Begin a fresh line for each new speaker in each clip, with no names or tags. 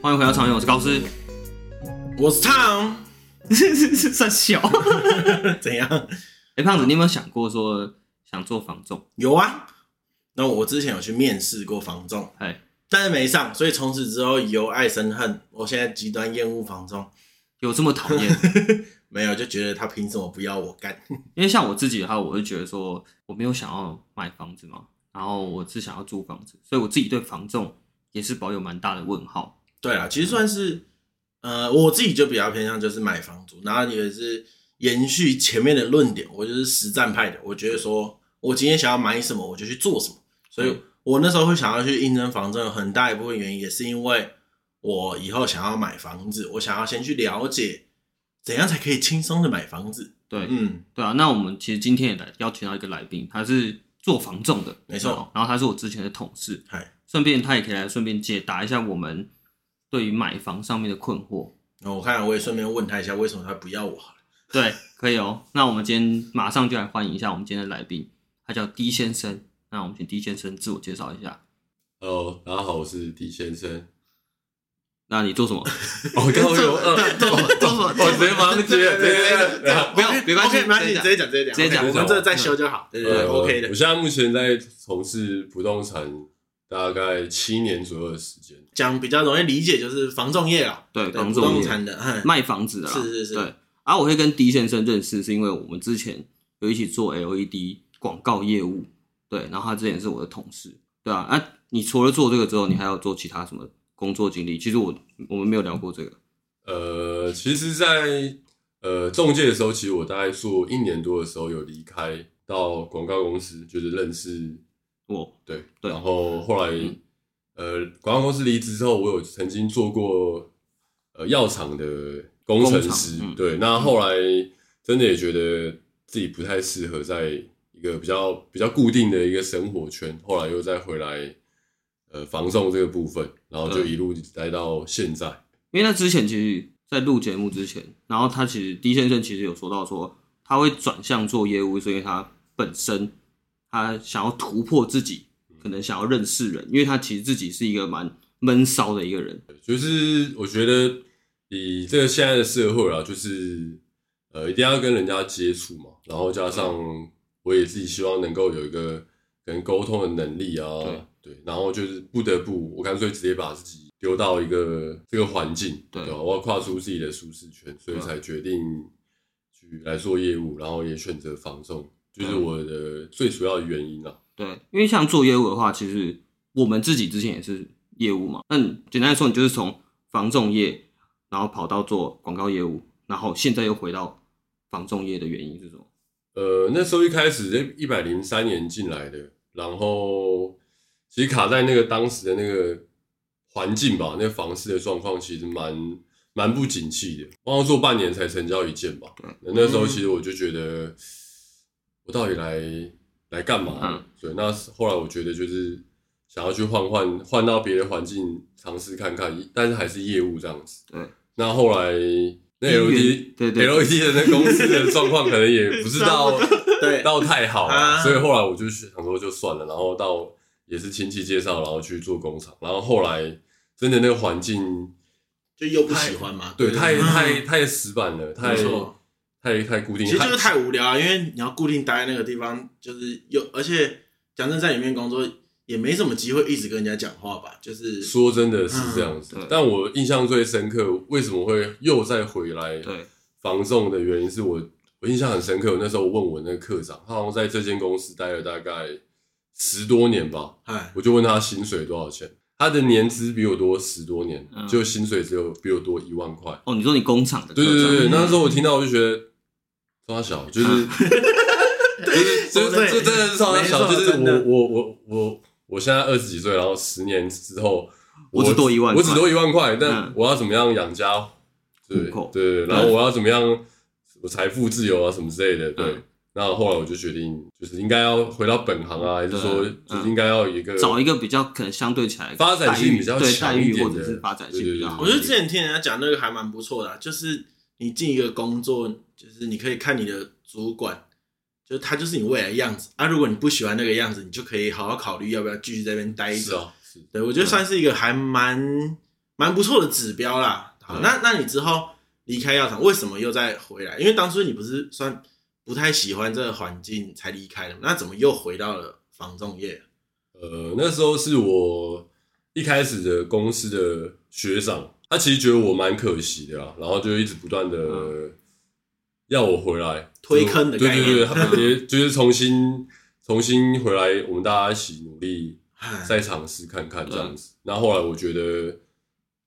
欢迎回到常远，我是高 斯，
我是唱，
算小。
怎样？
哎、胖子，你有没有想过说想做房仲？
有啊。那我之前有去面试过房仲，
哎，
但是没上，所以从此之后由爱生恨。我现在极端厌恶房 仲，
有这么讨厌？
没有就觉得他凭什么不要我干？
因为像我自己的话，我就觉得说我没有想要买房子嘛，然后我只想要租房子，所以我自己对房仲也是保有蛮大的问号。
对啦，其实算是，呃，我自己就比较偏向就是买房族，然后也是延续前面的论点，我就是实战派的。我觉得说我今天想要买什么，我就去做什么。所以
嗯
我那时候会想要去应征房证，很大一部分原因也是因为我以后想要买房子，我想要先去了解怎样才可以轻松的买房子。
对，
嗯，
对啊。那我们其实今天也来邀请到一个来宾，他是做房仲的，
没错。
然后他是我之前的同事，
嗨，
顺便他也可以来顺便解答一下我们对于买房上面的困惑。
那哦我看我也顺便问他一下，为什么他不要我好了？
对，可以哦。那我们今天马上就来欢迎一下我们今天的来宾，他叫 D 先生。那我们请 D 先生自我介绍一下。
Hello，大家好，我是狄先生。
那你做什么？
哦，刚好有呃，我我直接忙接，直接然后
不要没关系
OK，没关
直
系，直
接
接讲，直接讲，
直接讲嗯
OK，我们这个再修就好。对对对
呃
，OK 的
我。现在目前在从事不动产，大概七年左右的时间。
讲比较容易理解就是房仲业啦，
对
对，
房
不
仲业
动产的，嗯
卖房子的啦。
是是是
对。啊，我会跟 D 先生认识，是因为我们之前有一起做 LED 广告业务，对。然后他之前是我的同事，对啊。啊，你除了做这个之后，你还有做其他什么工作经历？其实我我们没有聊过这个。
呃，其实在，呃中介的时候，其实我大概做一年多的时候有离开到广告公司，就是认识
我
对，
对嗯
然后后来、呃广告公司离职之后，我有曾经做过呃药厂的工程
工
师，
厂嗯
对，那后来真的也觉得自己不太适合在一个比较比较固定的一个生活圈，后来又再回来呃防重这个部分，然后就
嗯
一路待到现在。
因为他之前其实，在录节目之前，然后他其实 D 先生其实有说到说，他会转向做业务，是因为他本身他想要突破自己，可能想要认识人，因为他其实自己是一个蛮闷骚的一个人。
就是我觉得以这个现在的社会啊，就是呃，一定要跟人家接触嘛，然后加上我也自己希望能够有一个跟沟通的能力啊，对然后就是不得不，我干脆直接把自己丢到一个这个环境，
对
吧我要跨出自己的舒适圈，所
对
以
啊
才决定去来做业务，然后也选择防重，就是
啊
我的最主要的原因啊。
对，因为像做业务的话，其实我们自己之前也是业务嘛。那你简单来说，你就是从房仲业，然后跑到做广告业务，然后现在又回到房仲业的原因是什么？
呃，那时候一开始一百零三年进来的，然后其实卡在那个当时的那个环境吧，那个房市的状况其实蛮蛮不景气的，光做半年才成交一件吧。
嗯
那那时候其实我就觉得，我到底来来干嘛？
嗯
对，那后来我觉得就是想要去换换换到别的环境尝试看看，但是还是业务这样子。
对，
那后来那
因
LED
缘对对
LED 的那公司的状况可能也不 是到
对，
到太好
啊
了，所以后来我就想说就算了，然后到也是亲戚介绍，然后去做工厂，然后后来真的那个环境，
就又不喜欢嘛，
对，
不
太
嗯
太太死板了，太
没错
太太固定，
其实就是太无聊啊，因为你要固定待在那个地方，就是又而且讲真，在里面工作也没什么机会一直跟人家讲话吧，就是
说真的是这样子，
嗯对
但我印象最深刻，为什么会又再回来
对，
防重的原因是我我印象很深刻，我那时候问我那个科长，他好像在这间公司待了大概十多年吧，
哎，
我就问他薪水多少钱，他的年资比我多十多年
嗯，
就薪水只有比我多一万块。
哦，你说你工厂的
对
科
对
长
对对，那时候我听到我就觉得，超小，就是，对，就
对
是这真的是超小，
没错
就是
真的
我我我我我现在二十几岁，然后十年之后，
我只多一万
我
块
只多一万块，
嗯
但我要怎么样养家？
糊
对
口
对，然后我要怎么样？我财富自由啊，什么之类的，对
嗯。
那后来我就决定，就是应该要回到本行啊，还是
对
说，就是应该要有一个
找一个比较可能相对起来
发展性
待遇
比较
对
强
待
一
遇
点
或者
的
是发展
对
性
对
比较
对
好。
我觉得之前听人家讲那个还蛮不错的啊、就是你进一个工作，就是你可以看你的主管，就他就是你未来的样子啊。如果你不喜欢那个样子，哦你就可以好好考虑要不要继续在那边待
是
着。
啊，是
对，我觉得算是一个还蛮蛮不错的指标啦。好，
对
那那你之后离开药厂，为什么又再回来？因为当初你不是算不太喜欢这个环境才离开的嘛，那怎么又回到了房仲业？
呃，那时候是我一开始的公司的学长，他其实觉得我蛮可惜的啦，啊然后就一直不断的要我回来
嗯推坑的
对
概
对
念
对，他也就是重新重新回来，我们大家一起努力
唉
再尝试看看这样
嗯
子。那后来我觉得，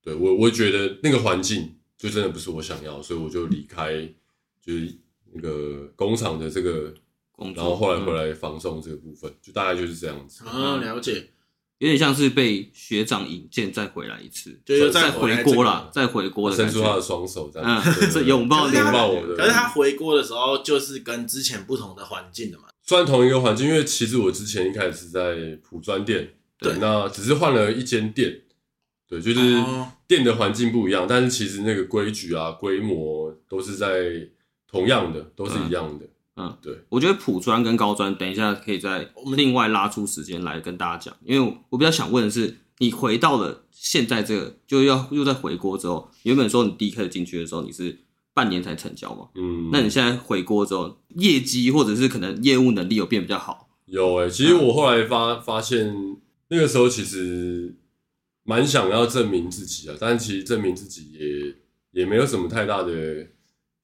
对我我觉得那个环境就真的不是我想要，所以我就离开，就是那个工厂的这个。
工作
然后后来回
嗯
来防送这个部分，就大概就是这样子。
哦，了解，
有点像是被学长引荐再回来一次，
就又
再
再回来
回
这
锅
个
啦，再回锅的
伸
感
出他
觉
的。双手这样
嗯
子， 对，
这
对对
拥抱你
可是
的
他
感
拥抱
觉，
我的。
可是他回国的时候，就是跟之前不同的环境的嘛。
虽然同一个环境，因为其实我之前一开始是在普专店，
对
那只是换了一间店，对，就是
哦
店的环境不一样，但是其实那个规矩啊、规模都是在同样的，都是
嗯
一样的。
我觉得普专跟高专，等一下可以再
我们
另外拉出时间来跟大家讲，因为我比较想问的是，你回到了现在这个，就要又在回锅之后，原本说你第一开始进去的时候，你是半年才成交嘛？
嗯，
那你现在回锅之后，业绩或者是可能业务能力有变比较好，
有诶、其实我后来发发现，那个时候其实蛮想要证明自己啊，但其实证明自己也也没有什么太大的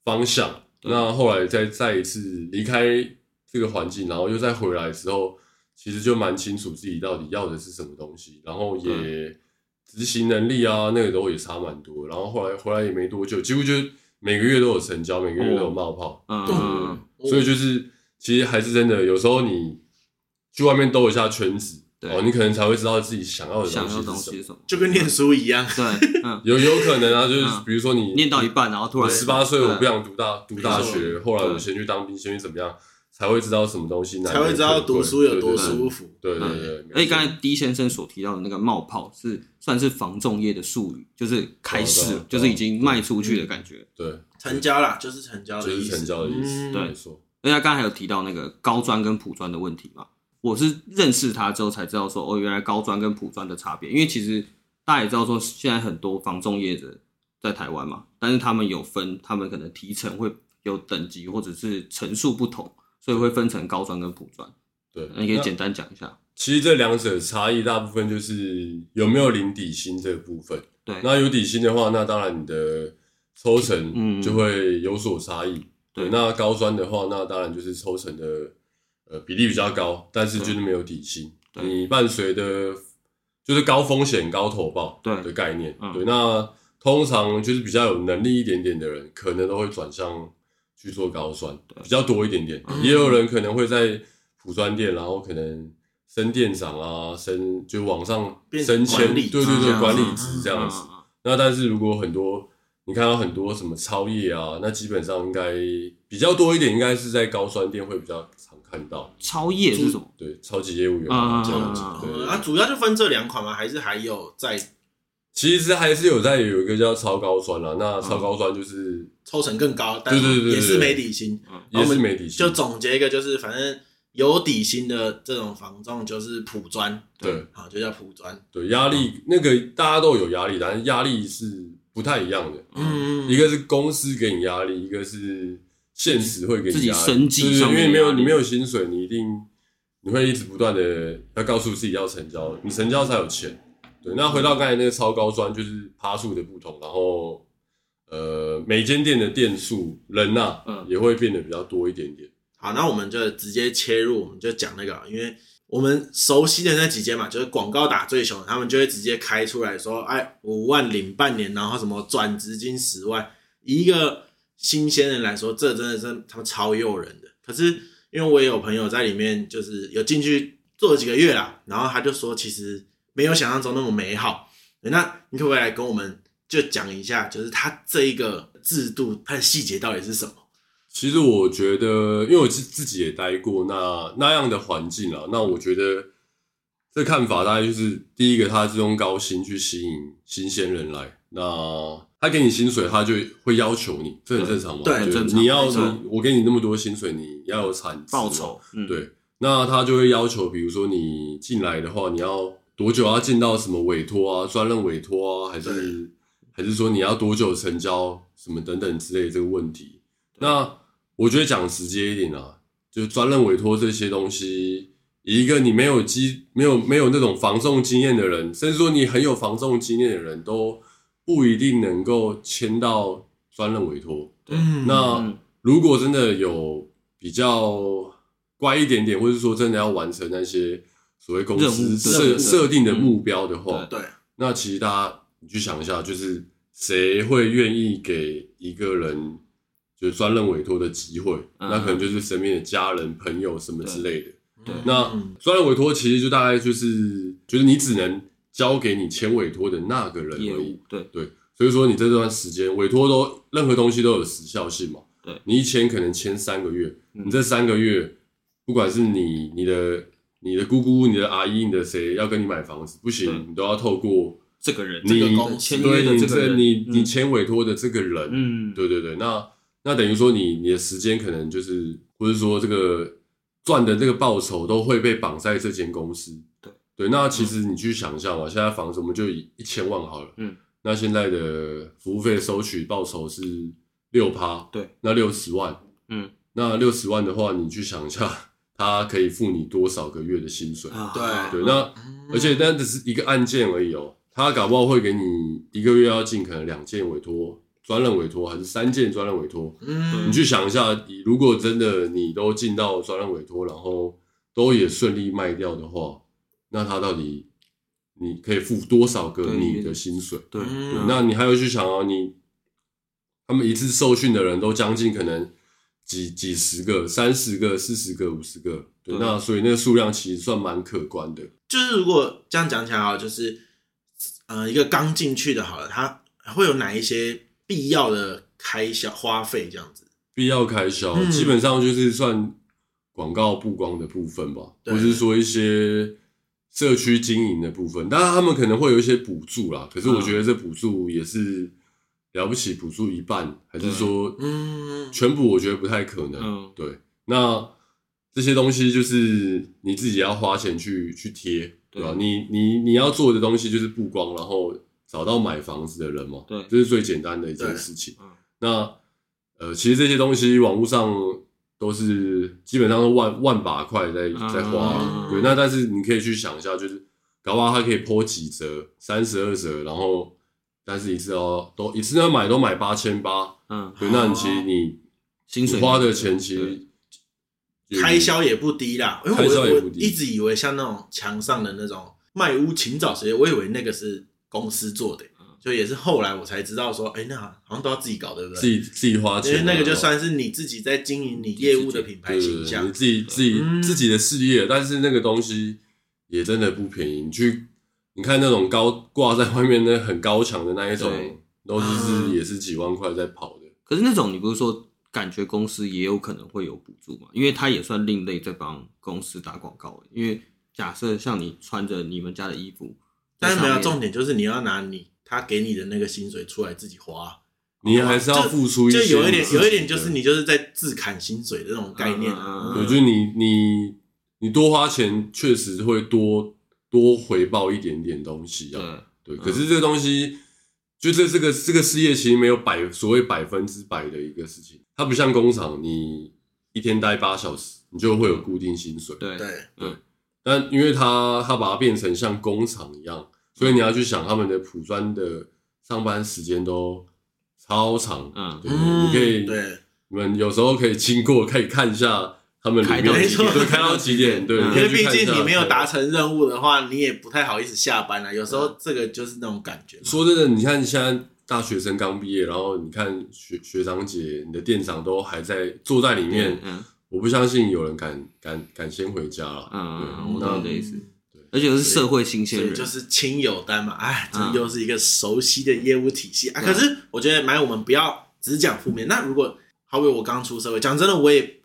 方向。
对
那后来再再一次离开这个环境，然后又再回来之后，其实就蛮清楚自己到底要的是什么东西，然后也执行能力啊，那个时候也差蛮多。然后后来回来也没多久，几乎就每个月都有成交，每个月都有冒泡。
嗯，
嗯
所以就是其实还是真的，有时候你去外面兜一下圈子，
对
哦，你可能才会知道自己想要的
想
东
要的
西
东
是什
西
么
是。什么？
就跟念书一 样，
对，嗯，
有有可能啊，就是
嗯
比如说你
念到一半，然后突
我
然
十八岁，我不
对
想读大读大学，后来我先去当兵，先去怎么样，才会知道什么东西，哪
才会知道
里可以
读书有
对
多
对
舒服。
对对对
嗯
对，
而且刚才 D 先生所提到的那个冒泡是算是防重业的术语，就是开
对
市
啊对啊，
就是已经卖出去的感觉。
对
成交啦，就是成交的
就
意
是
思。
成交的意思，
嗯
对
没错，
而且他刚才还有提到那个高专跟普专的问题嘛，我是认识他之后才知道说，哦，原来高专跟普专的差别。因为其实大家也知道说，现在很多防重业者在台湾嘛，但是他们有分，他们可能提成会有等级或者是层数不同，所以会分成高专跟普专。
对。
那你可以
那
简单讲一下。
其实这两者的差异大部分就是有没有领底薪这部分。
对，
那有底薪的话，那当然你的抽成
嗯
就会有所差异。
对
那高专的话，那当然就是抽成的呃比例比较高，但是就是没有底薪。
对
你伴随的就是高风险高投报
对
的概念。
嗯
对，那通常就是比较有能力一点点的人，可能都会转向去做高专，比较多一点点。
嗯
也有人可能会在普专店，然后可能。升店长啊，升就往上
变
升迁，
管理
对
这
对
样
对，
子嗯
管理职这
这
样子。那但是如果很多你看到很多什么超业啊，那基本上应该比较多一点，应该是在高酸店会比较常看到。
超业是什么？
对，超级业务员啊
嗯
这样子
嗯。
对
呃，啊，主要就分这两款吗？还是还有在
其实还是有在有一个叫超高酸啦，那超高酸就是
抽成更高，但
对对对对对
也是没底薪。
嗯
也是没底薪
就，总结一个，就是反正有底薪的这种房仲就是普专，
对
啊，就叫普专。
对，压
嗯
力那个大家都有压力，但是压力是不太一样的。
嗯
一个是公司给你压力，一个是现实会给
自
你
己
压力，
生计
对对
上
因
面
为没有
的压力
你没有薪水，你一定你会一直不断的要告诉自己要成交，你成交才有钱。对，那回到刚才那个超高专，就是趴数的不同，然后呃，每间店的店数人呐、
嗯
也会变得比较多一点点。
好，那我们就直接切入，我们就讲那个，因为我们熟悉的那几间嘛，就是广告打最凶，他们就会直接开出来说，哎，五万领半年，然后什么转职金十万，以一个新鲜人来说，这真的是他们超诱人的。可是因为我也有朋友在里面，就是有进去做了几个月啦，然后他就说，其实没有想象中那么美好。那你可不可以来跟我们就讲一下，就是他这一个制度它的细节到底是什么？
其实我觉得，因为我自自己也待过那那样的环境啊，那我觉得这看法大概就是第一个，他是用高薪去吸引新鲜人来，那他给你薪水，他就会要求你，这很正常嘛。
对
就
正常
你要
没错
我给你那么多薪水，你要有产值嘛
报酬，嗯，
对，那他就会要求，比如说你进来的话，你要多久要进到什么委托啊、专任委托啊，还是还是说你要多久成交什么等等之类的这个问题。那我觉得讲直接一点啊，就专任委托这些东西，一个你没有基没有没有那种防重经验的人，甚至说你很有防重经验的人都不一定能够签到专任委托。
嗯
那
嗯
如果真的有比较乖一点点，或者说真的要完成那些所谓公
任务
司
任
设
务
设定的目标的话，
嗯
对，
那其实大家你去想一下，就是谁会愿意给一个人就是专任委托的机会？
嗯
那可能就是身边的家人、朋友什么之类的。
对
那专任委托其实就大概就是就是你只能交给你签委托的那个人
业
而已
务。对
所以说你这段时间委托都任何东西都有时效性嘛。
对，
你一签可能签三个月，
嗯
你这三个月，不管是你、你的、你的姑姑、你的阿姨、你的谁要跟你买房子，不
对
行，你都要透过
这个人，
你
个公司
签约
对
的
你
这个人，
你你
嗯
签委托的这个人，
嗯，
对对对，那那等于说你你的时间可能就是，或者说这个赚的这个报酬都会被绑在这间公司。
对嗯
那其实你去想象啊嘛，现在房子我们就以一千万好了，
嗯，
那现在的服务费收取报酬是六趴，
对，
那六十万，
嗯，
那六十万的话，你去想一下，它可以付你多少个月的薪水？
啊
对
对，那嗯而且但只是一个案件而已哦，他搞不好会给你一个月要进可能两件委托、专任委托，还是三件专任委托。
嗯
你去想一下，你如果真的你都进到专任委托，然后都也顺利卖掉的话，那他到底你可以付多少个
对
你的薪水？
对，
嗯
对
那你还有去想哦，你他们一次受训的人都将近可能几几十个、三十个、四十个、五十个，对，
对
那所以那个数量其实算蛮可观的。
就是如果这样讲起来啊，就是呃，一个刚进去的，好了，他会有哪一些必要的开销花费这样子？
必要开销，
嗯
基本上就是算广告曝光的部分吧，
对
或是说一些社区经营的部分。当然，他们可能会有一些补助啦，可是
嗯
我觉得这补助也是了不起，补助一半，还是说
嗯，
全部，我觉得不太可能。
嗯
对，那这些东西就是你自己要花钱去去贴，对吧、
对
你你你要做的东西就是曝光，然后找到买房子的人嘛，
对
这是最简单的一件事情
对嗯。
那呃，其实这些东西网络上都是基本上都万万把块在
嗯
在花，
嗯
对。那但是你可以去想一下，就是搞不好它可以剖几折，三十二折，然后但是一次哦，都一次要买都买八千八，
嗯，
对。那你其实
哦
你
薪水
花的钱其
对
实也
开销也不低啦，因为
开销也
我
不
我
低
一直以为像那种墙上的那种卖屋请找谁，我以为那个是公司做的
嗯，
就也是后来我才知道说，哎、那好像都要自己搞，对不
自
对？
己自己花
因
钱啊，
为那个就算是你自己在经营你业务的品牌
对对
形
对，你
象，
自己自己
嗯
自己的事业，但是那个东西也真的不便宜。你去你看那种高挂在外面那很高墙的那一种
对，
都是
啊
是也是几万块在跑的。
可是那种你不是说感觉公司也有可能会有补助嘛？因为它也算另类在帮公司打广告。因为假设像你穿着你们家的衣服，
但是没有
在上面
重点就是你要拿你他给你的那个薪水出来自己花，
你还是要付出一
就
些，
有一点有一点就是，你就是在自砍薪水的那种概念啊
嗯嗯嗯。
对，就是你你你多花钱，确实会多多回报一点点东西啊。
对
对，可是这个东西，就这这个这个事业其实没有百所谓百分之百的一个事情，它不像工厂，你一天待八小时，你就会有固定薪水。
对
对，
但因为它它把它变成像工厂一样，所以你要去想他们的普专的上班时间都超长。
嗯
对，你可以，
对，
你们有时候可以经过，可以看一下他们
开
里
到
几
面
点
对，开到几点？对，
嗯
你
因
可以
为
去
毕
看一下
竟你没有达成任务的话，你也不太好意思下班了。啊有时候这个就是那种感觉嘛。
嗯说真的，你看现在大学生刚毕业，然后你看学学长姐、你的店长都还在坐在里面，
嗯
我不相信有人敢敢敢先回家了。
嗯，
对
我懂你的意思。
对
而且又是社会新
所
鲜
以
人，
就是亲友单嘛，哎，这
嗯
又是一个熟悉的业务体系啊。
嗯
可是我觉得，买我们不要只讲负面。那如果好比我刚出社会，讲真的，我也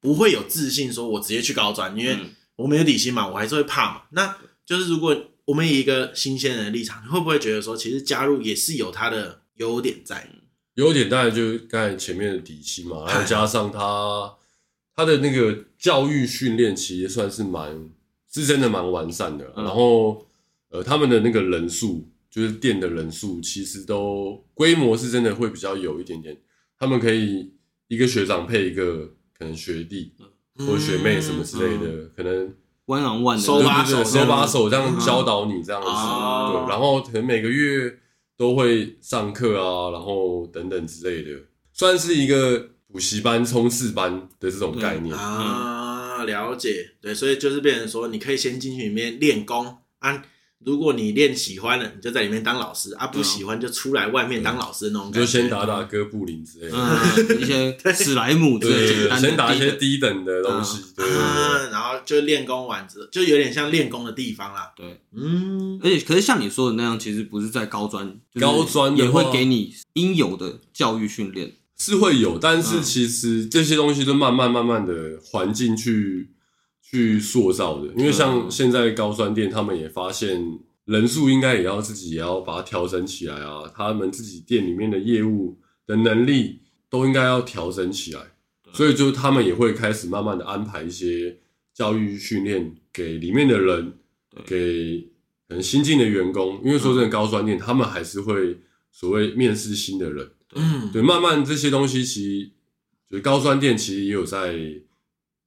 不会有自信说我直接去高专，因为
嗯
我没有底薪嘛，我还是会怕嘛。那就是如果我们以一个新鲜人的立场，你会不会觉得说，其实加入也是有它的优点在？
优点当然就是刚才前面的底薪嘛，然后加上他他的那个教育训练，其实算是蛮是真的蛮完善的。
嗯
然后呃，他们的那个人数，就是店的人数，其实都规模是真的会比较有一点点。他们可以一个学长配一个可能学弟嗯或者学妹
嗯
什么之类的，可能
弯昂万的
手把手
对对啊对
这样
手
子
把手这样教导你这样子，
哦
对，然后可能每个月都会上课啊，然后等等之类的，算是一个补习班、冲刺班的嗯这种概念。
啊，了解，对，所以就是变成说，你可以先进去里面练功啊。如果你练喜欢了，你就在里面当老师啊；不喜欢就出来外面当老师那种
嗯你
感觉。
就
啊
先打打哥布林之类的，
嗯，一些史莱姆之
对
类简
对对，
单的
先打一些
低
低等的东西，对对对，
啊，然后就练功完之后，就有点像练功的地方啦。
对，
嗯，
而且可是像你说的那样，其实不是在高专，就是
高专的
也
话
会给你应有的教育训练。
是会有，但是
嗯
其实这些东西都慢慢慢慢的环境去去塑造的，因为像
嗯
现在高专店，他们也发现人数应该也要自己也要把它调整起来啊，他们自己店里面的业务的能力都应该要调整起来，所以就他们也会开始慢慢的安排一些教育训练给里面的人，给可能新进的员工，因为说
嗯
真的，高专店他们还是会所谓面试新的人。
嗯，
对，慢慢这些东西其实就是高端店，其实也有在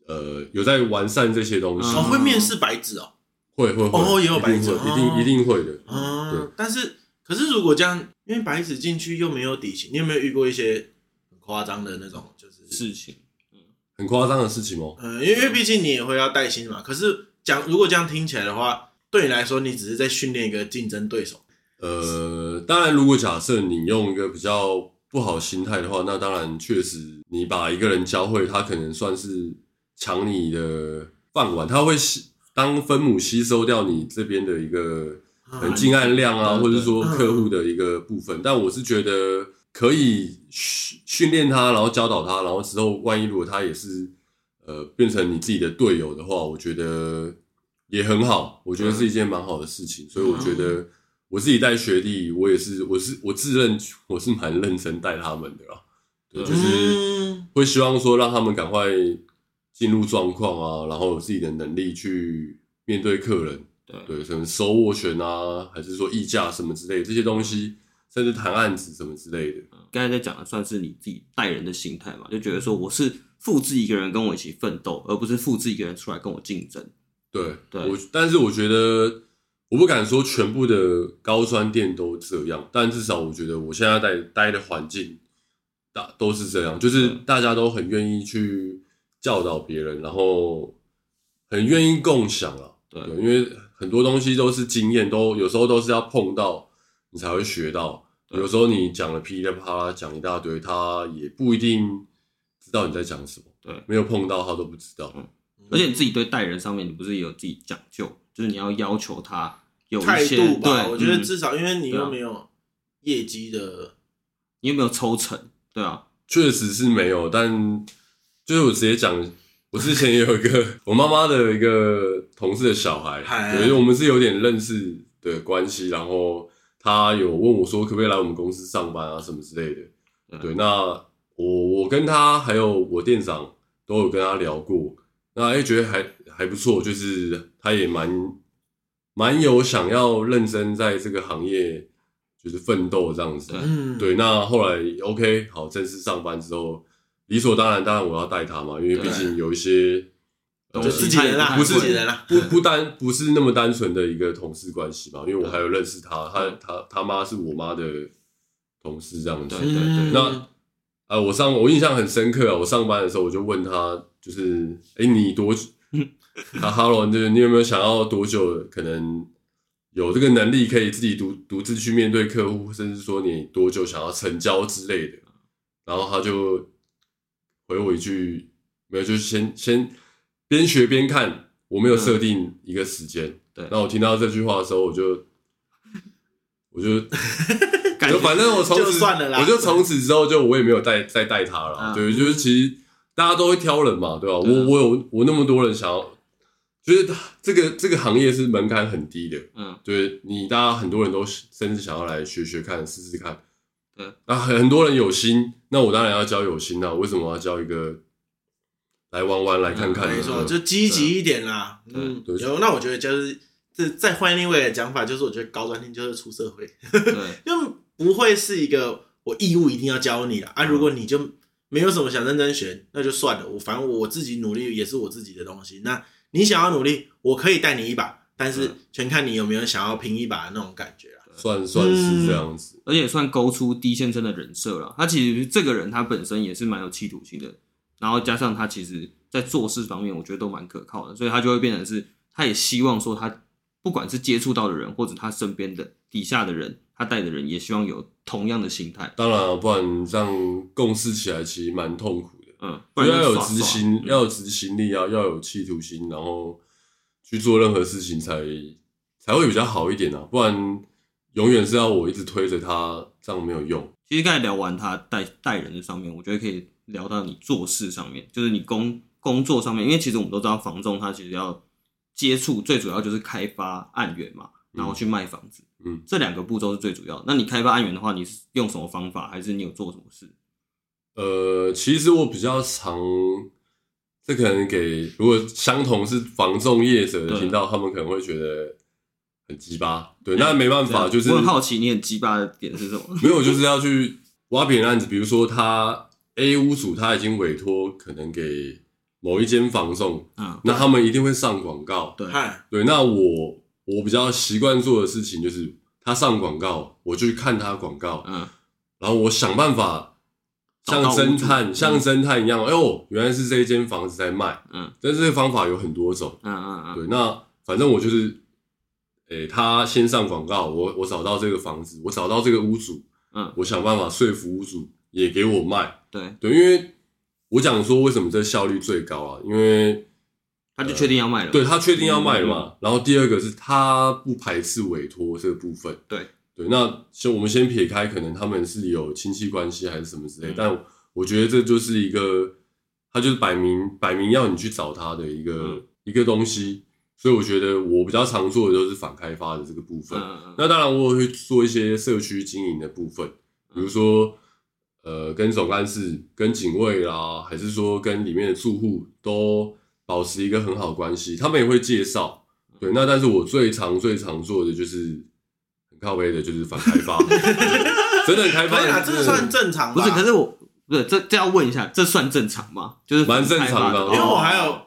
呃有在完善这些东西，
哦，会面试白纸哦。
会会会，
哦也有白
一
纸
定会，一
哦
定一定会的。对
嗯，但是可是如果这样，因为白纸进去又没有底薪，你有没有遇过一些很夸张的那种？就是
事情，
很夸张的事情哦。
嗯，因为因为毕竟你也会要带薪嘛。可是讲如果这样听起来的话，对你来说，你只是在训练一个竞争对手。
呃，当然，如果假设你用一个比较不好心态的话，那当然确实你把一个人教会，他可能算是抢你的饭碗，他会吸当分母吸收掉你这边的一个很进案量啊，
嗯
或者说
嗯
客户的一个部分。但我是觉得可以训训练他，然后教导他，然后之后万一如果他也是呃变成你自己的队友的话，我觉得也很好，我觉得是一件蛮好的事情。所以我觉得我自己带学弟，我也是，我是我自认我是蛮认真带他们的啦，对，
嗯
就是。
嗯
会希望说让他们赶快进入状况啊，然后有自己的能力去面对客人，
对
对，什么收斡旋啊，还是说议价什么之类的这些东西，甚至谈案子什么之类的，
刚才在讲的算是你自己带人的心态嘛，就觉得说我是复制一个人跟我一起奋斗，而不是复制一个人出来跟我竞争。
对，
对
我但是我觉得我不敢说全部的高专店都这样，但至少我觉得我现在在待的环境大都是这样，就是大家都很愿意去教导别人，然后很愿意共享啊。
对
对，因为很多东西都是经验，都有时候都是要碰到你才会学到。
对
有时候你讲了噼里啪啦讲一大堆，他也不一定知道你在讲什么。
对
没有碰到他都不知道。
嗯而且你自己对待人上面，你不是也有自己讲究，就是你要要求他有
态
一些
度吧，
对，
我觉得
嗯啊
至少因为你
对啊
又没有业绩的，
你有没有抽成？对啊，
确实是没有，但就是我直接讲，我之前也有一个 我妈妈的一个同事的小
嗨
孩，对，我们是有点认识的关系，然后他有问我说可不可以来我们公司上班啊什么之类的，
对
对，那我我跟他还有我店长都有跟他聊过，那哎、觉得还还不错，就是他也蛮蛮有想要认真在这个行业就是奋斗这样子，
对
嗯，
对，那后来 OK 好，正式上班之后，理所当然，当然我要带他嘛，因为
对
毕竟有一些
就自己人啦，
不
自
是
己人啦，
不不单不是那么单纯的一个同事关系嘛，因为我还有认识他，他他他妈是我妈的同事这样子。
对对对
嗯
那啊，我上我印象很深刻啊，我上班的时候我就问他，就是哎、诶你多久？
嗯
他 Hello，就是你有没有想要多久可能有这个能力可以自己独独自去面对客户，甚至说你多久想要成交之类的？然后他就回我一句，没有，就是先先边学边看，我
嗯
没有设定一个时间。
对
那我听到这句话的时候，我就 我就
感
就
觉
反正我从此
就算了啦
我就从此之后就我也没有带再带他了
啊
啦。对，就是其实大家都会挑人嘛，对吧？
对啊
我我有我那么多人想要，就是这个这个行业是门槛很低的，
嗯，
对你大家很多人都甚至想要来学学看试试看。
对
啊，很很多人有心，那我当然要教有心啦、为什么要教一个来玩玩来看看的？啊
没错，
嗯
对
就积极一点啦。
对
嗯，
对
有那我觉得就是这再换另外一个讲法，就是我觉得高端厅就是出社会，
对，
就不会是一个我义务一定要教你
嗯
了啊。如果你就没有什么想认真学，那就算了，我反正我自己努力也是我自己的东西。那你想要努力，我可以带你一把，但是
嗯
全看你有没有想要拼一把的那种感觉啊。
算算
嗯
是这样子。
而且算勾出低先生的人设了。他其实这个人他本身也是蛮有企图心的，然后加上他其实在做事方面，我觉得都蛮可靠的，所以他就会变成是，他也希望说他不管是接触到的人，或者他身边的底下的人，他带的人也希望有同样的心态。
当然啊，不然这样共事起来其实蛮痛苦的。
嗯，不
不
然就
要有
耍
执
耍
行，
嗯
要有执行力啊，要有企图心，然后去做任何事情才才会比较好一点啊，不然永远是要我一直推着他，这样没有用。
其实刚才聊完他带带人的上面，我觉得可以聊到你做事上面，就是你工工作上面，因为其实我们都知道房仲他其实要接触最主要就是开发案源嘛，然后去卖房子，
嗯
这两个步骤是最主要的。那你开发案源的话，你是用什么方法，还是你有做什么事？
呃，其实我比较常，这可能给如果相同是防重业者的
对嗯
听到，他们可能会觉得很鸡巴。对，那没办
这
法，就
样
是
啊我很好奇你很鸡巴的点是什么？
没有，就是要去挖别人案子。比如说他 A 屋主他已经委托可能给某一间房仲，
嗯，
那他们一定会上广告。
对
嗨，
对，那我我比较习惯做的事情就是他上广告，我就去看他广告，
嗯，
然后我想办法
找
像
到屋
侦
主
探
嗯
像侦探一样，哎呦，原来是这一间房子在卖。
嗯，
但是这个方法有很多种。
嗯嗯嗯，
对，那反正我就是，诶、他先上广告，我我找到这个房子，我找到这个屋主，
嗯
我想办法说服屋主也给我卖。
对，
对，因为我讲说为什么这效率最高啊？因为
他就确定要卖了。嗯
对他确定要卖了嘛，然后第二个是他不排斥委托这个部分。
对
对，那先我们先撇开可能他们是有亲戚关系还是什么之类，
嗯
但我觉得这就是一个，他就是摆明摆明要你去找他的一个、
嗯
一个东西，所以我觉得我比较常做的就是反开发的这个部分。
嗯，嗯嗯
那当然，我也会做一些社区经营的部分，
嗯
比如说，呃，跟总干事、跟警卫啦，还是说跟里面的住户都保持一个很好的关系，他们也会介绍。
嗯
对，那但是我最常最常做的就是很靠背的，就是反开 发，对真的很开发
可以啊，
的，
这
真
个
的
算正常
不
吧？
是，可是我不是这这要问一下，这算正常吗？就是
蛮正常
开发
的哦
因为我还
哦
有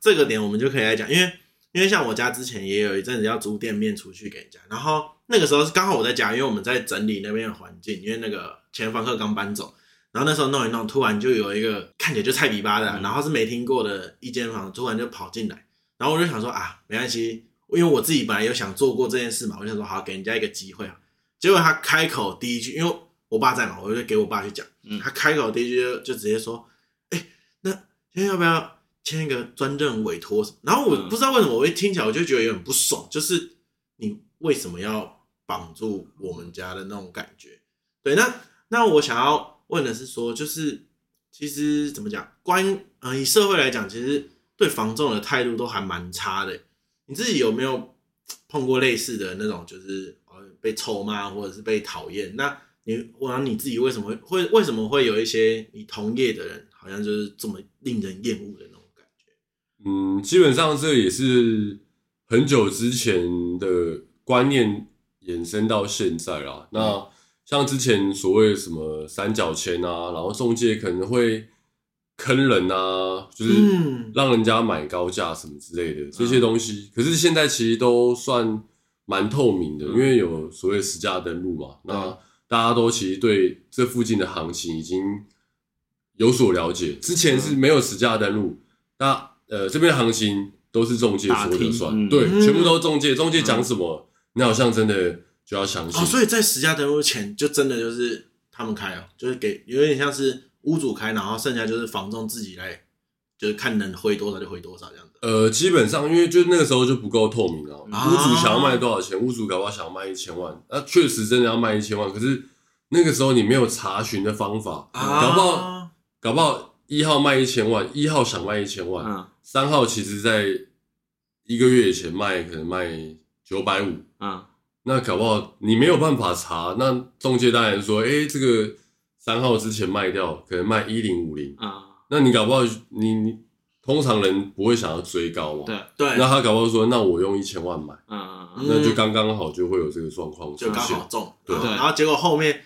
这个点，我们就可以来讲，因为因为像我家之前也有一阵子要租店面出去给人家，然后那个时候是刚好我在家，因为我们在整理那边的环境，因为那个前房客刚搬走，然后那时候弄一弄，突然就有一个看起来就菜比巴的啊，
嗯
然后是没听过的一间房，突然就跑进来，然后我就想说啊，没关系，因为我自己本来有想做过这件事嘛，我就想说好，给人家一个机会啊。结果他开口第一句，因为我爸在嘛，我就给我爸去讲，
嗯
他开口第一句就就直接说，哎、那今天要不要签一个专任委托什么？然后我
嗯
不知道为什么我会听起来我就觉得有点不爽，就是你为什么要绑住我们家的那种感觉？对，那那我想要问的是说，就是其实怎么讲，关呃以社会来讲，其实对房仲的态度都还蛮差的。你自己有没有碰过类似的那种，就是呃被臭骂或者是被讨厌？那你我想你自己为什么会会为什么会有一些你同业的人，好像就是这么令人厌恶的那种感觉？
嗯，基本上这也是很久之前的观念衍生到现在啦。那像之前所谓什么三角签啊，然后中介可能会坑人啊，就是
嗯，
让人家买高价什么之类的这些东西，可是现在其实都算蛮透明的，
嗯
因为有所谓实价登录嘛，那大家都其实对这附近的行情已经有所了解。之前是没有实价登录，
嗯
那呃这边的行情都是中介说了
打
算，
听嗯
对，
嗯
全部都是中介，中介讲什么，你好像真的就要相信。
哦，所以在实价登录前，就真的就是他们开哦，就是给有点像是屋主开，然后剩下就是房东自己来，就是看能回多少就回多少这样子。
呃，基本上因为就那个时候就不够透明啊，
啊
屋主想要卖多少钱，屋主搞不好想要卖一千万，那、确实真的要卖一千万，可是那个时候你没有查询的方法，
啊
搞不好搞不好一号卖一千万，一号想卖一千万，
嗯
三号其实在一个月以前卖可能卖九百五，
嗯
那搞不好你没有办法查，那中介当然说，哎、这个三号之前卖掉，可能卖一零五零，
嗯
那你搞不好你你通常人不会想要追高嘛，
对，
对，
那他搞不好说，那我用一千万买，
嗯嗯
嗯
那就刚刚好就会有这个状况
就
出
刚
现
好。中，嗯
对
然后结果后面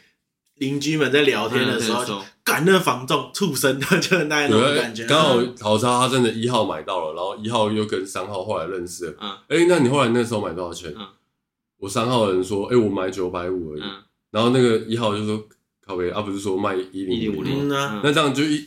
邻居们在聊天的时候，就
嗯
干那房仲畜生， 就是那种感觉，嗯
对，刚好好差，他真的一号买到了，然后一号又跟三号后来认识了。
嗯
哎、那你后来那时候买多少钱？
嗯
我三号的人说，哎、我买九百五而已。
嗯
然后那个一号就说，靠北，啊，不是说卖一零五
1050
吗？
嗯啊，
嗯
那这样就一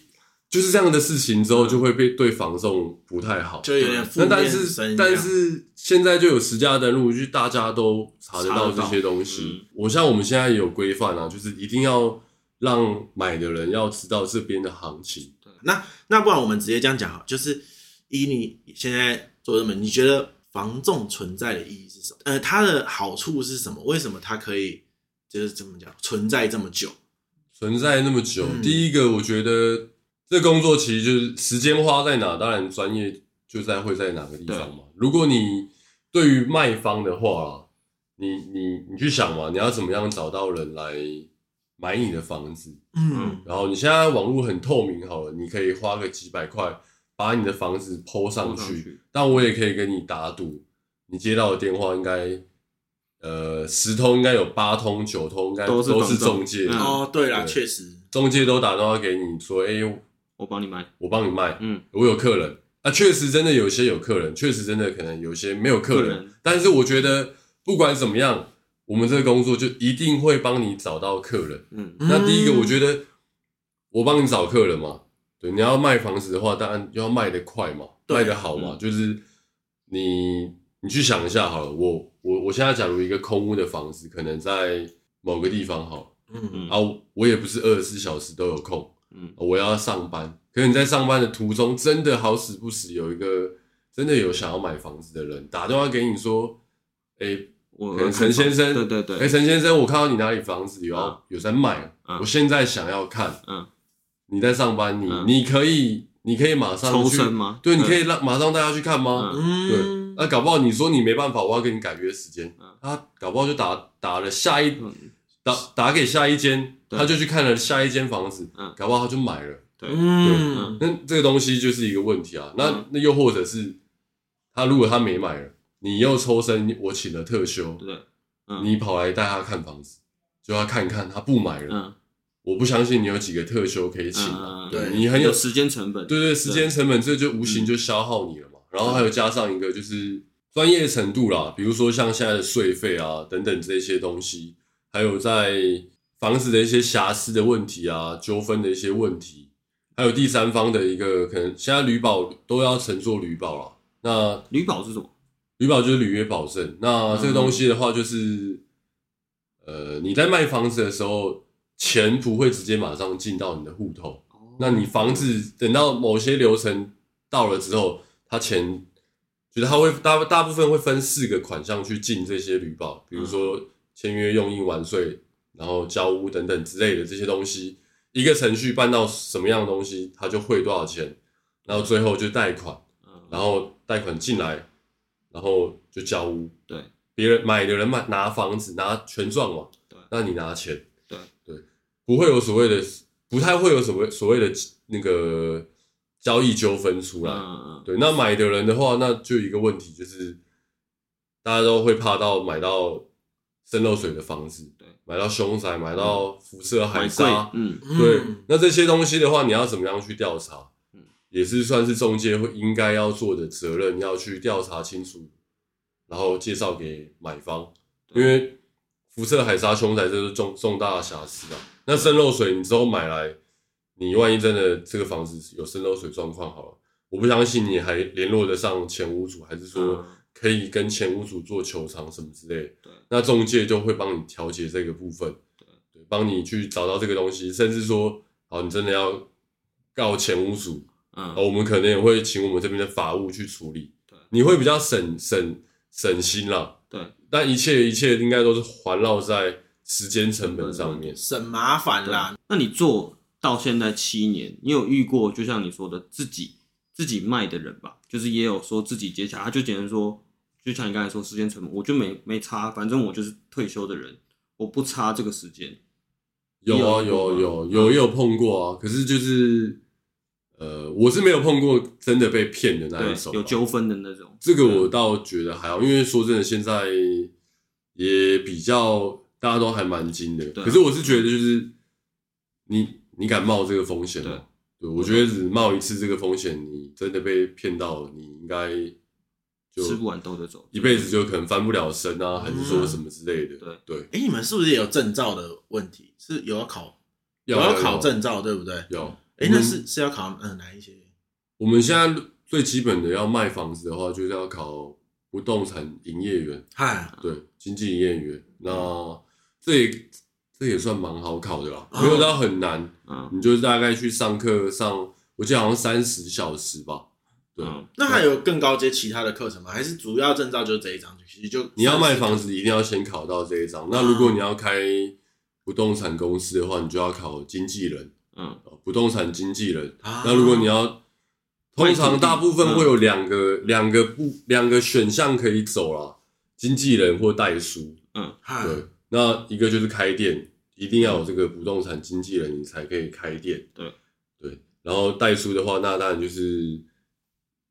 就是这样的事情之后，就会被对房仲不太好。
就有点负
那
面
但
声音
是
这样
但是现在就有实价登录，就是大家都查得到这些东
查得
西
嗯
到。
我像我们现在也有规范啊，就是一定要让买的人要知道这边的行情。
那不然我们直接这样讲好，就是以你现在做这么，你觉得防重存在的意义是什么？呃，它的好处是什么？为什么它可以就是怎么讲存在这么久？
存在那么久，
嗯
第一个我觉得这工作其实就是时间花在哪，当然专业就在会在哪个地方嘛。如果你对于卖方的话，啊你你你去想嘛，你要怎么样找到人来买你的房子？
嗯，
然后你现在网络很透明，好了，你可以花个几百块把你的房子抛上
抛上
去
去，
但我也可以跟你打赌，你接到的电话应该，呃，十通应该有八通九通应该
都是
都是
中
中介，
嗯
哦，对啦，
对
确实，
中介都打电话给你说，哎、
我帮你买，
我帮你卖，
嗯，
我有客人。啊，确实真的有些有客人，确实真的可能有些没有客人。
客人
但是我觉得不管怎么样，我们这个工作就一定会帮你找到客人。
嗯
那第一个，我
得
觉得我帮你找客人嘛，对，你要卖房子的话，当然要卖得快嘛，
对
卖得好
嗯
嘛，就是你你去想一下好了，我我我现在假如一个空屋的房子，可能在某个地方好
嗯
嗯
啊，我我也不是二十四小时都有空，啊
嗯
我要上班，可是你在上班的途中，真的好死不死有一个真的有想要买房子的人打电话给你说，哎、
我
可能陈先生
对对
哎、
对，
陈先生，我看到你哪里房子有要、
嗯
有在卖，
嗯
我现在想要看。
嗯，
你在上班，你、
嗯
你可以你可以马上
抽
去
身嗯吗？
对，你可以让马上带他去看吗？对，
嗯，
那搞不好你说你没办法，我要跟你改约时间
嗯，
他搞不好就打打了下一
嗯
打打给下一间，
对
他就去看了下一间房子
嗯，
搞不好他就买了。
嗯，
那这个东西就是一个问题啊。那
嗯
那又或者是他如果他没买了，你又抽身，我请了特休，
对对，嗯
你跑来带他看房子，就他看一看，他不买了，
嗯
我不相信你有几个特休可以请啊。
嗯，
对
你很有嗯
有时间成本，
对对，时间成本这就无形就消耗你了嘛。然后还有加上一个就是专业程度啦，比如说像现在的税费啊等等这些东西，还有在房子的一些瑕疵的问题啊、纠纷的一些问题，还有第三方的一个可能现在旅保都要乘坐旅保啦。那
旅保是什么？
旅保就是履约保证，那这个东西的话就是，呃，你在卖房子的时候，钱不会直接马上进到你的户头。
哦
那你房子等到某些流程到了之后，他钱就是他会大大部分会分四个款项去进这些旅保，比如说签约、用印、完税，然后交屋等等之类的这些东西，一个程序办到什么样的东西，他就汇多少钱，然后最后就贷款，
嗯
然后贷款进来，然后就交屋，
对，
别人买的人买拿房子拿权状嘛，
对
那你拿钱，
对
对，不会有所谓的，不太会有所谓所谓的那个交易纠纷出
嗯
来。
嗯嗯
对，那买的人的话，那就一个问题就是，大家都会怕到买到渗漏水的房子，
对，嗯
买到凶宅，买到辐射海
买
沙
贵，，嗯
对
嗯，
那这些东西的话，你要怎么样去调查
嗯？
也是算是中介会应该要做的责任，要去调查清楚，然后介绍给买方。因
对
为辐射海沙凶宅这是重重大的瑕疵啊。那渗漏水，你之后买来，你万一真的这个房子有渗漏水状况好了，我不相信你还联络得上前屋主，还是说
嗯
可以跟前屋主做求偿什么之类的
对
那中介就会帮你调节这个部分，对，帮你去找到这个东西，甚至说，好，你真的要告前屋主，啊，
嗯
我们可能也会请我们这边的法务去处理
对，
你会比较省省省心啦。
对，
但一切一切应该都是环绕在时间成本上面。
省麻烦啦，
那你做到现在七年，你有遇过就像你说的自己自己卖的人吧？就是也有说自己接洽，他就简单说，就像你刚才说时间成本，我就没没差，反正我就是退休的人，我不差这个时间。
有啊，
你有碰过
有啊
吗
有有也有碰过啊，可是就是，呃，我是没有碰过真的被骗的那
对
一种，，
有纠纷的那种，
这个我倒觉得还好，因为说真的，现在也比较大家都还蛮精的。
对啊
可是我是觉得，就是你你敢冒这个风险吗？对，我觉得只冒一次这个风险，你真的被骗到，你应该
吃不
就
完兜着走。
一辈子就可能翻不了身啊，还是说什么之类的。
对
对，
哎，你们是不是也有证照的问题？是有要考，有要考证照，对不对？
要。
哎，那是是要考嗯哪一些？
我们现在最基本的要卖房子的话，就是要考不动产营业员。
嗨，
对，经济营业员，那这也这也算蛮好考的啦，
啊
没有到很难，
嗯
你就是大概去上课上，我记得好像三十小时吧。对，
嗯，
那还有更高阶其他的课程吗？还是主要证照就是这一张？其实就
你要卖房子一定要先考到这一张。那如果你要开不动产公司的话，你就要考经纪人，
嗯，
呃不动产经纪人。
啊
那如果你要，通
卖土
常
地
大部分
嗯
会有两个两个不两个选项可以走啦，经纪人或代书。
啊
啊嗨
对，那一个就是开店，一定要有这个不动产经纪人，你才可以开店。
对
对，然后代书的话，那当然就是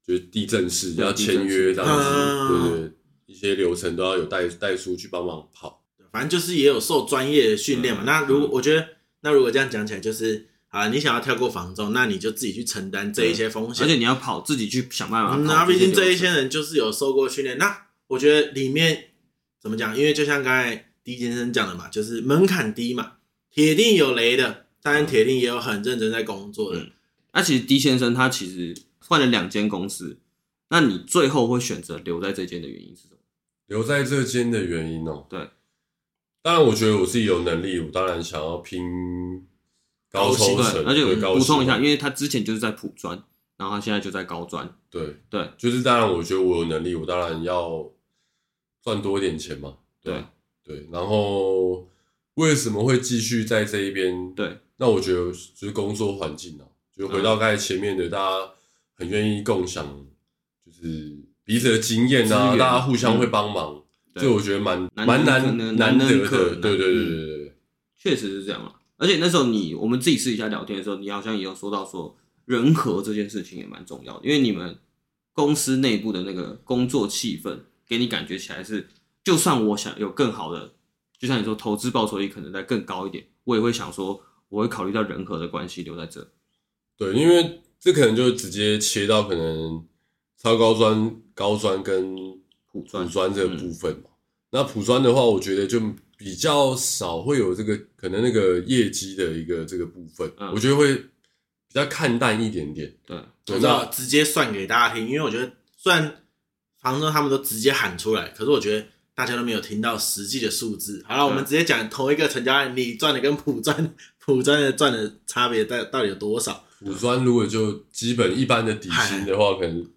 就是地震室
对
要
地
签约
震室
这样子，
啊
对对，一些流程都要有代代书去帮忙跑。
反正就是也有受专业的训练嘛。
嗯
那如果我觉得，那如果这样讲起来，就是啊，你想要跳过房仲，那你就自己去承担这一些风险。
而且你要跑，自己去想
啊
办法跑。
嗯那毕竟这一些
些
人就是有受过训练。那我觉得里面怎么讲？因为就像刚才狄先生讲的嘛，就是门槛低嘛，铁定有雷的，当
嗯
然铁定也有很认真在工作的。
嗯那、其实 D 先生他其实换了两间公司，那你最后会选择留在这间的原因是什么？
留在这间的原因哦、
对，
当然我觉得我自己有能力，我当然想要拼高抽
高
成
对，，而且
对高
我补充一
薪
下，因为他之前就是在普专，然后他现在就在高专。
对
对，
就是当然，我觉得我有能力，我当然要赚多一点钱嘛。
对
对，然后为什么会继续在这一边？，
对，嗯
那我觉得就是工作环境啊，就回到刚才前面的，大家很愿意共享，就是彼此的经验
资
啊，
源嗯
大家互相会帮忙，
对
这我觉得蛮
难
蛮
能可
难
能
难得
难能可
的。
能嗯
对对对对对对，
确实是这样啊。而且那时候你我们自己私底下聊天的时候，你好像也有说到说人和这件事情也蛮重要的，因为你们公司内部的那个工作气氛，给你感觉起来是，就算我想有更好的，就像你说投资报酬率可能再更高一点，我也会想说我会考虑到人和的关系留在这。
对，因为这可能就直接切到可能超高专、高专跟
普
普
专嗯
专这个部分嘛。那普专的话，我觉得就比较少会有这个可能那个业绩的一个这个部分，
嗯
我觉得会比较看淡一点点。
对，
我知道直接算给大家听，因为我觉得虽然房东他们都直接喊出来，可是我觉得大家都没有听到实际的数字。好了，我们直接讲同一个成交案，你赚的跟普赚、 普赚的赚的差别到到底有多少？
嗯
普专如果就基本一般的底薪的话，可能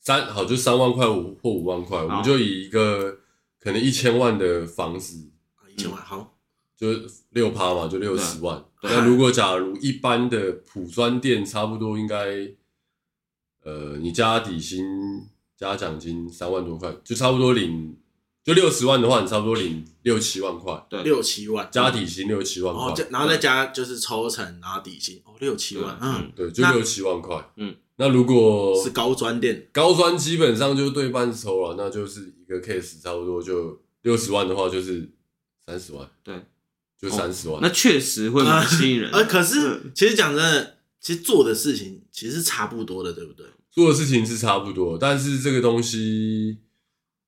三好就三万块五或五万块，我们就以一个可能一千万的房子，
一千
嗯
万，好，
就是六趴嘛，就六十万。
对
那如果假如一般的普专店，差不多应该，呃，你加底薪加奖金三万多块，就差不多领，就六十万的话，你差不多领六七万块，
对
六七万，
加底薪六七万
然后
块，
加然后再加就是抽成，然后底薪，哦，六七万，
对
嗯，
对，就
那
六七万块。
嗯，
那如果
是高专店，
高专基本上就对半抽了，那就是一个 case 差不多就六十万的话就是三十万，
对，
哦
就三十万。
那确实会蛮吸引人嗯的。
呃，可是其实讲真的，其实做的事情其实是差不多的，对不对？
做的事情是差不多，但是这个东西，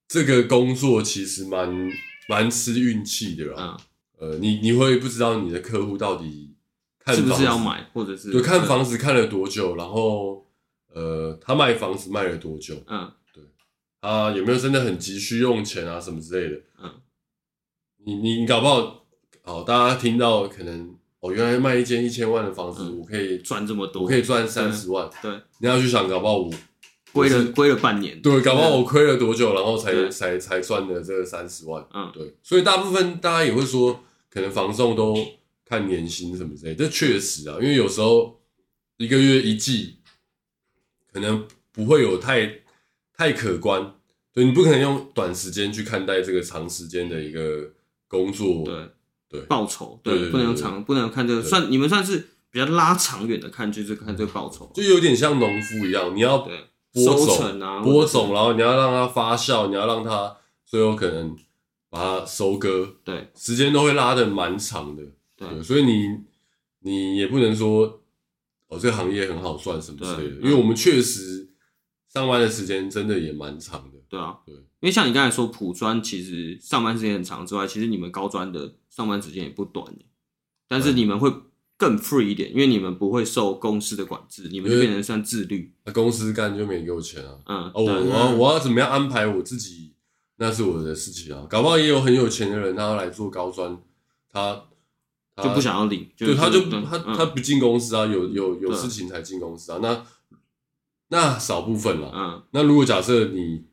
这个工作其实蛮蛮吃运气的啦。
嗯，
呃，你你会不知道你的客户到底看
是不
房子
是要，买，或者是
对，看房子看了多久，然后呃，他卖房子卖了多久，
嗯
啊，有没有真的很急需用钱啊什么之类的。
嗯，
你你搞不好，好，大家听到可能哦，原来卖一间一千万的房子，
嗯
我可以
赚这么多，
我可以赚三十万，
对，
你要去想，搞不好我
归
我
了
是
归了半年。
对，搞不好我亏了多久，然后才
啊对
才才赚的这三十万。
嗯
对，所以大部分大家也会说，可能房仲都看年薪什么之类的，这确实啊，因为有时候一个月一季，可能不会有太太可观，对你不可能用短时间去看待这个长时间的一个工作。
对
对
报酬，
对对对
不能用长，不能看这个，
对
算你们算是比较拉长远的看，就是看这个报酬，
就有点像农夫一样，你要
对，
播
收
种
成啊，
播种，然后你要让它发酵，你要让它最后可能把它收割，
对
时间都会拉的蛮长的。
对
对，所以你你也不能说哦，这个行业很好赚什么之类的，
对
因为我们确实上班的时间真的也蛮长的。
对啊，
对
因为像你刚才说普专，其实上班时间很长之外，其实你们高专的上班时间也不短耶但是
对
你们会更 free 一点，因为你们不会受公司的管制，你们就
因为
变成算自律，
那公司干就没给我钱啊，
嗯，
哦，我
对
我要我要怎么样安排我自己，那是我的事情啊。搞不好也有很有钱的人，他来做高专，他他
就不想要领，
对，他就
对
他
嗯
他不进公司啊，有有有
对
事情才进公司啊。那那少部分啦。
嗯，
那如果假设你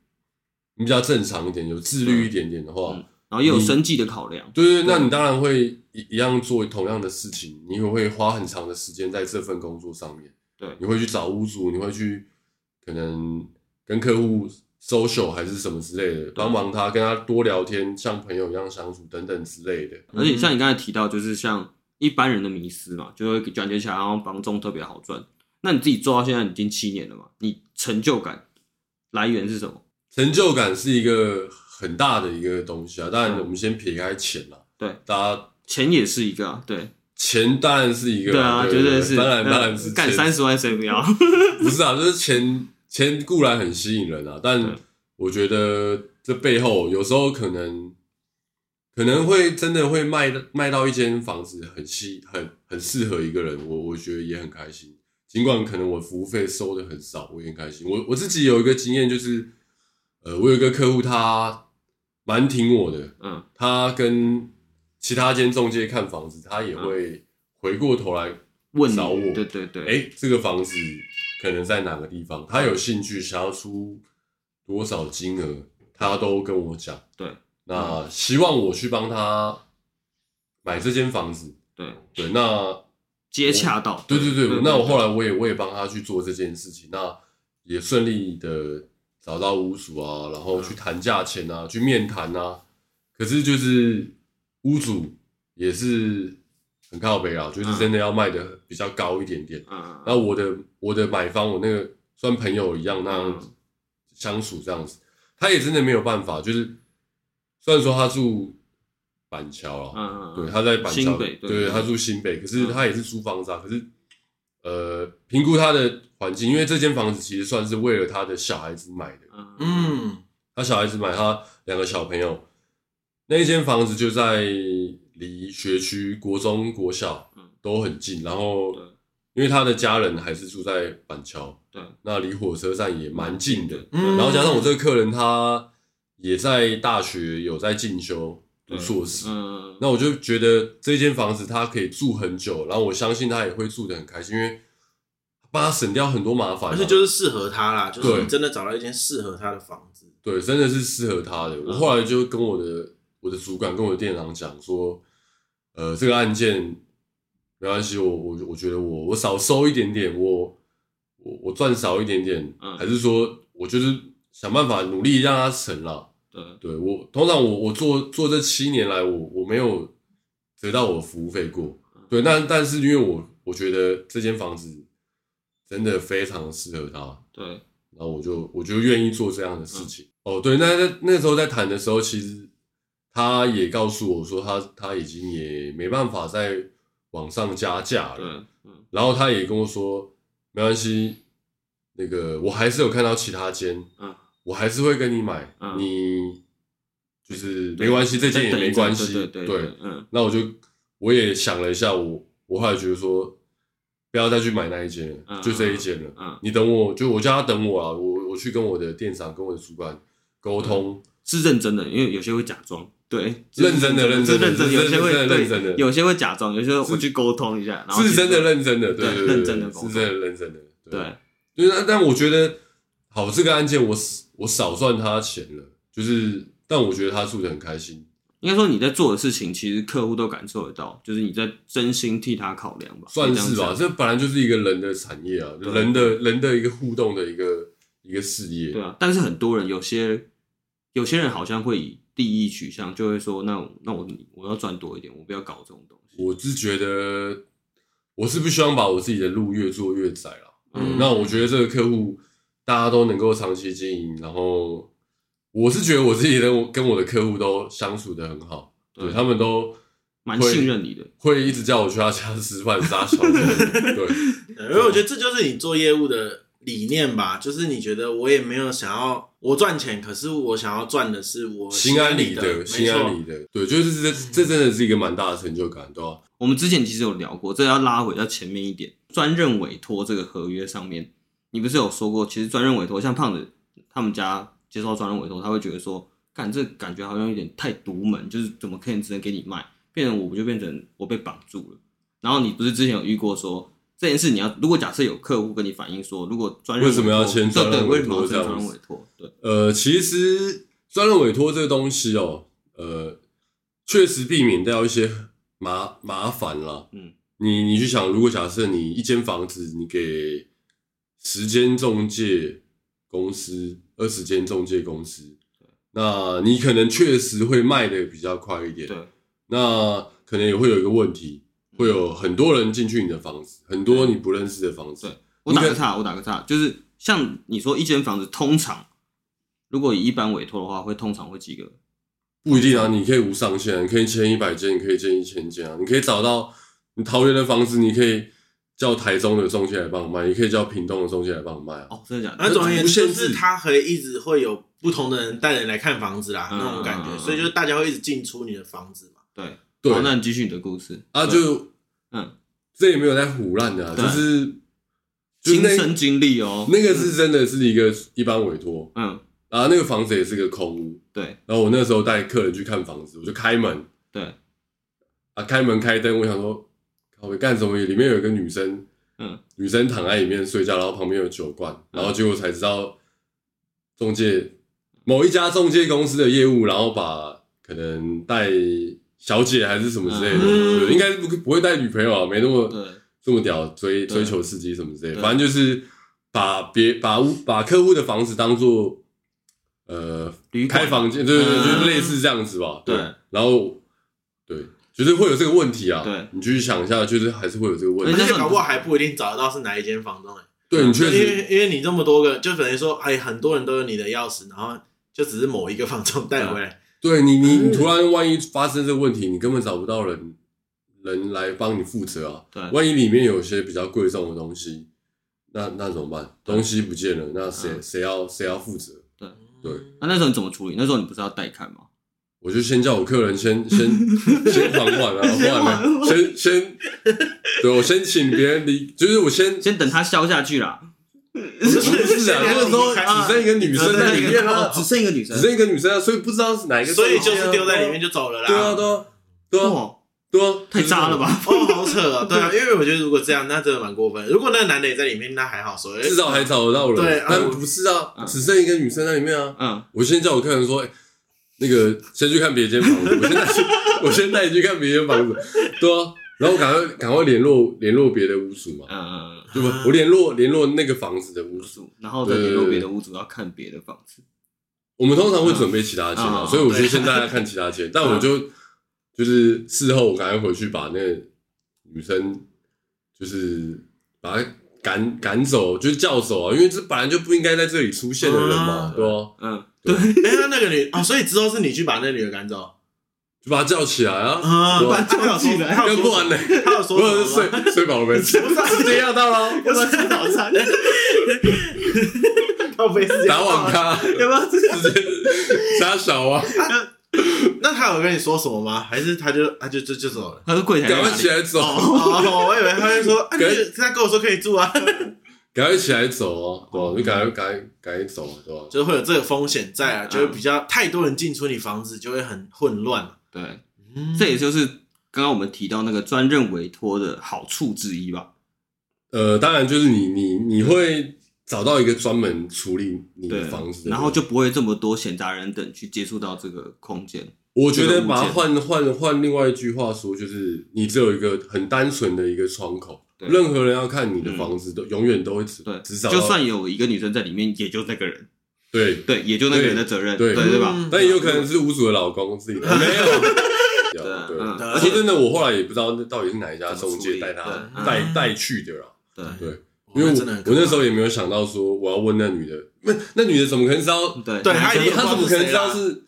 你比较正常一点，有自律一点点的话，
嗯然后也有生计的考量，
对对，那你当然会一一样做同样的事情，你也会花很长的时间在这份工作上面。
对
你会去找屋主，你会去可能跟客户 social 还是什么之类的，帮忙他跟他多聊天，像朋友一样相处等等之类的。
而且
嗯
像你刚才提到，就是像一般人的迷失嘛，就会感觉起来好像房仲特别好赚。那你自己做到现在已经七年了嘛，你成就感来源是什么？
成就感是一个很大的一个东西啊，当然我们先撇开钱啦，
嗯对，
大家
钱也是一个、啊，对
钱当然是一个
对
啦，
啊，
对
绝
不对
对是，
当然
嗯
当然是
干
钱
三十万谁不 要？
不是啊，就是钱钱固然很吸引人啊，但
对
我觉得这背后有时候可能可能会真的会卖卖到一间房子很吸很很适合一个人，我我觉得也很开心。尽管可能我服务费收的很少，我也很开心。我我自己有一个经验就是，呃，我有一个客户他蛮挺我的，
嗯，
他跟其他间中介看房子，他也会回过头来
嗯问你
找我，
对对对，
哎、这个房子可能在哪个地方，他有兴趣，想要出多少金额，他都跟我讲。
对，
那希望我去帮他买这间房子。
对，
对，那
接洽到，
对对对，那我后来我也我也帮他去做这件事情，那也顺利的找到屋主啊，然后去谈价钱啊，去面谈啊。可是就是屋主也是很靠北啊，就是真的要卖的比较高一点点。
嗯，
那我的我的买方，我那个算朋友一样那样
嗯
相处这样子，他也真的没有办法，就是虽然说他住板桥
嗯嗯，嗯
啊，对，，他在板桥，
新北对
对，
对
他住新北，可是
嗯
他也是租房子啊，可是呃，评估他的环境，因为这间房子其实算是为了他的小孩子买的，
嗯嗯
嗯，
他小孩子买他两个小朋友，那一间房子就在离学区、国中、国小
嗯
都很近，然后
对
因为他的家人还是住在板桥，
对，
那离火车站也蛮近的，
嗯
然后加上我这个客人他也在大学有在进修读
对
硕士，
嗯，
那我就觉得这间房子他可以住很久，然后我相信他也会住得很开心，因为帮他省掉很多麻烦、啊，
而且就是适合他啦，就是
对
你真的找到一间适合他的房子。
对，真的是适合他的。我后来就跟我的我的主管跟我的店长讲说，呃，这个案件没关系，我我我觉得我我少收一点点，我我我赚少一点点，
嗯
还是说我就是想办法努力让他省了。
对
对我通常我我做做这七年来，我我没有得到我的服务费过。对，那但是因为我我觉得这间房子真的非常适合他，
对，
然后我就我就愿意做这样
嗯
的事情。哦，对，那那那时候在谈的时候，其实他也告诉我说他，他已经也没办法再往上加价
对
了。，
嗯
然后他也跟我说，没关系，那个我还是有看到其他间，
嗯，
我还是会跟你买，
嗯
你就是
对
没关系，这间也
再等一
没
阵
关系，
对对对，嗯，
那我就我也想了一下，我我后来觉得说，不要再去买那一间了，
嗯
就这一间了。
嗯
你等我，就我叫他等我啊，我我去跟我的店长、跟我的主管
嗯
沟通。
是认真的，因为有些会假装，对，
认真的认真的
是认真的，有些会
认真的
对
认真的
有些会假装，有些我去沟通一下，然后
是真的
其实
认真的，对
对
对，
认真的
是
沟通
真的认真的，
对，
对，但但我觉得，好，这个案件我我少赚他钱了，就是，但我觉得他住的很开心，
应该说你在做的事情，其实客户都感受得到，就是你在真心替他考量吧，
算
可以
是
这
吧
样。讲
这本来就是一个人的产业啊，
对
人的人的一个互动的一个一个事业，
对啊。但是很多人有些有些人好像会以利益取向，就会说，那我那我我要赚多一点，我不要搞这种东西。
我是觉得，我我是不希望把我自己的路越做越窄了。
嗯
那我觉得这个客户大家都能够长期经营，然后我是觉得我自己的跟我的客户都相处的很好，对
对
他们都
蛮
会
信任你的。
会一直叫我去他家吃饭撒小的， 对，
对呃因为我觉得这就是你做业务的理念吧，就是你觉得我也没有想要我赚钱，可是我想要赚的是我
心安理
理
得，
没
心安
错。
理得，对，就是这这真的是一个蛮大的成就感，对吧、啊
我们之前其实有聊过，这要拉回到前面一点，专任委托这个合约上面，你不是有说过，其实专任委托像胖子他们家接受专任委托，他会觉得说，干这感觉好像有点太独门，就是怎么可以只能给你卖，变成我不就变成我被绑住了。然后你不是之前有遇过说这件事，你要如果假设有客户跟你反映说，如果专任委托
为什么要签专
对
任
对为什么要
委托这
签
样
专任
子
委托？对，
呃，其实专任委托这个东西哦，呃，确实避免掉一些麻麻烦啦。
嗯，
你你去想，如果假设你一间房子，你给十间中介公司、二十间中介公司，那你可能确实会卖的比较快一点。
对，嗯
那可能也会有一个问题，会有很多人进去你的房子，很多你不认识的房子。
对我打
你
个
可
岔，我打个岔，就是像你说一间房子，通常如果以一般委托的话，会通常会几个？
不一定啊，你可以无上限啊，你可以签一百件，你可以签一千件啊，你可以找到你桃园的房子，你可以叫台中的中介来帮我卖，你可以叫屏东的中介来帮我卖啊。
哦，真的假的？
那总而言之，
这
就
不限制
是他可以一直会有不同的人带人来看房
啊
子啦，
嗯
那种感
嗯
觉，
嗯
所以就是大家会一直进出你的房子嘛。
对，
对
好，那你继续你的故事
啊，
对
就
嗯，
这也没有在胡乱的、啊，
对
就是就
亲
那
身经历哦，
那个是真的是一个一般委托
嗯，
啊，那个房子也是个空屋。
对
然后我那时候带客人去看房子，我就开门
对，
啊，开门开灯，我想说，靠我干什么？里面有一个女生，
嗯，
女生躺在里面睡觉，然后旁边有酒罐，然后结果才知道中介某一家中介公司的业务，然后把可能带小姐还是什么之类的，
嗯
对应该不不会带女朋友啊，没那么
对
这么屌追
对
追求刺激什么之类的，
对
反正就是把别把屋把客户的房子当做呃
旅馆
开房间，对对对，
嗯
就是类似这样子吧，
对
然后对，就是会有这个问题啊，
对
你继续想一下，就是还是会有这个问
人
而
家
题，
且搞不好还不一定找得到是哪一间房东、欸，
对你确
因
实
为因为你这么多个，就等于说，哎，很多人都有你的钥匙，然后就只是某一个房东带回来，
对你，你你
嗯
突然万一发生这个问题，你根本找不到人人来帮你负责啊。
对
万一里面有些比较贵重的东西，那那怎么办？东西不见了，那谁
嗯
谁要谁要负责？啊对
那那时候你怎么处理？那时候你不是要带看吗？
我就先叫我客人先先先缓缓啊，缓缓啊，先先，对我先请别人离，就是我先
先等它消下去啦，
不是
不是
先
啊，那
让
个
你
时候
开
只剩一个女生在里面
哦
了，
只剩一个女生
只，剩一个女生啊，所以不知道是哪一个，
啊所以就是丢在里面。就走了啦。
对啊，对啊，对啊，
哇，
对啊，
太渣了吧？
哦，好扯啊！对啊，因为我觉得如果这样，那真的蛮过分。如果那个男的也在里面，那还好说，
至少还找得到人。
对啊
但不是啊，
嗯
只剩一个女生在里面啊。
嗯，
我先叫我客人说，哎那个先去看别 间房子，我先带去，我先带你去看别间房子，对啊。然后赶快赶快联络联络别的屋主嘛
嗯，嗯嗯
对吧？我联络联络那个房子的屋
屋
主。
主，然后再联络别的屋主要看别的房子，
我们通常会准备其他间啊，
嗯
所以我就先带他看其 他间，但
嗯
我就就是事后我赶快回去把那个女生就是把她赶赶走，就是叫走啊，因为这本来就不应该在这里出现的人嘛，
嗯
对吧？
嗯，
哎，那那个女哦，所以之后是你去把那女的赶走
就把他叫起来啊，
啊？
对啊
他有说，他
要
有
不
说
然呢？
他有
不 然
说
就
什么吗？
睡睡饱了没？时间要到了，
要不要吃早 餐？要不要
打网咖，
要不要吃？
直接杀小啊，
那他有跟你说什么吗？还是他就他就就就走了？
他说柜台在
赶快
哪
起
里？
来走，
哦，我以为他会说，啊，你
跟
他跟我说可以住啊，
赶快起来走啊，对
哦
吧？就赶快赶快赶快走啊，对吧？
就是会有这个风险在啊，就会比较太多人进出你房子，就会很混乱嘛。
对，
嗯
这也就是刚刚我们提到那个专任委托的好处之一吧。
呃，当然就是你你你会找到一个专门处理你
对啊
的房子，的人，
然后就不会这么多闲杂人等去接触到这个空间。
我觉
这个
得
物
把它
件
换换换另外一句话说，就是你只有一个很单纯的一个窗口，
对嗯
任何人要看你的房子都、永远都会只
对，
只找到
就算有一个女生在里面，也就那个人，
对，
对，也就那个人的责任，
对
对对吧？
嗯
但也有可能是屋主的老公自己的，没有掉
嗯对啊
了。对，
嗯
而且真的，我后来也不知道那到底是哪一家中介带
怎么处
他
理对
带
嗯
带去的啦。
对
对，
因
因为
为
我
真的很可
我
怕
那时候也没有想到说我要问那女的，那那女的怎么可能知道？
对
对她一定也不知
她
道
怎么可能知道是？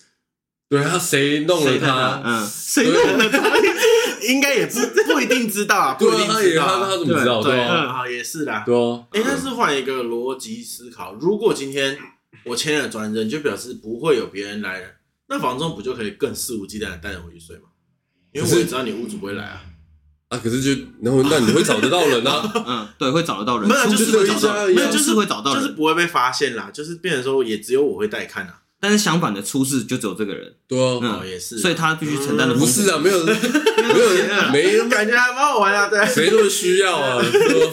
对她谁弄了
谁带
她？
嗯，
谁弄的？ 应该也不不一定知道啊，不
对
一
啊，
定
她也
知道
她
啊。
她怎么知道？
对
对
嗯
啊，
嗯，好，也是啦。
对啊，
哎，但是换一个逻辑思考，如果今天我签了转人，就表示不会有别人来了，那房东不就可以更肆无忌惮的带人回去睡吗？因为我也知道你屋主不会来啊。
啊，可是就然后那你会找得到 人啊？
嗯，对，会找得到人，
没有，啊
是
就
不
是
是
会
会
找
找到
到，
人，
没有，就
出
是
是会找到
就是
人。
不会被发现啦。就是变成说，也只有我会带看啊。
但是相反的，出事就只有这个人，
对啊，
嗯
哦，也是，
所以他必须承担的
不是啊，没有人没有人没人
哎感觉还蛮好玩啊，对。
谁都需要啊，对啊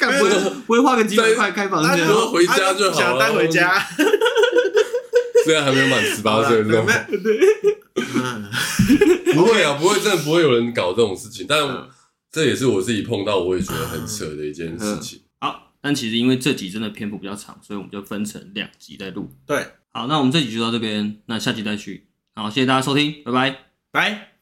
干不会不会花个几百块开房
大
间
家
对啊回家就好了
想带回家。
虽然还没满十八岁，
对
那
没
种
有嗯
不会啊，不会，真的不会有人搞这种事情。但
嗯
这也是我自己碰到，我也觉得很扯的一件事
嗯
情。
好，但其实因为这集真的篇幅比较长，所以我们就分成两集在录。
对，
好，那我们这集就到这边，那下集再续。好，谢谢大家收听，拜拜。
拜。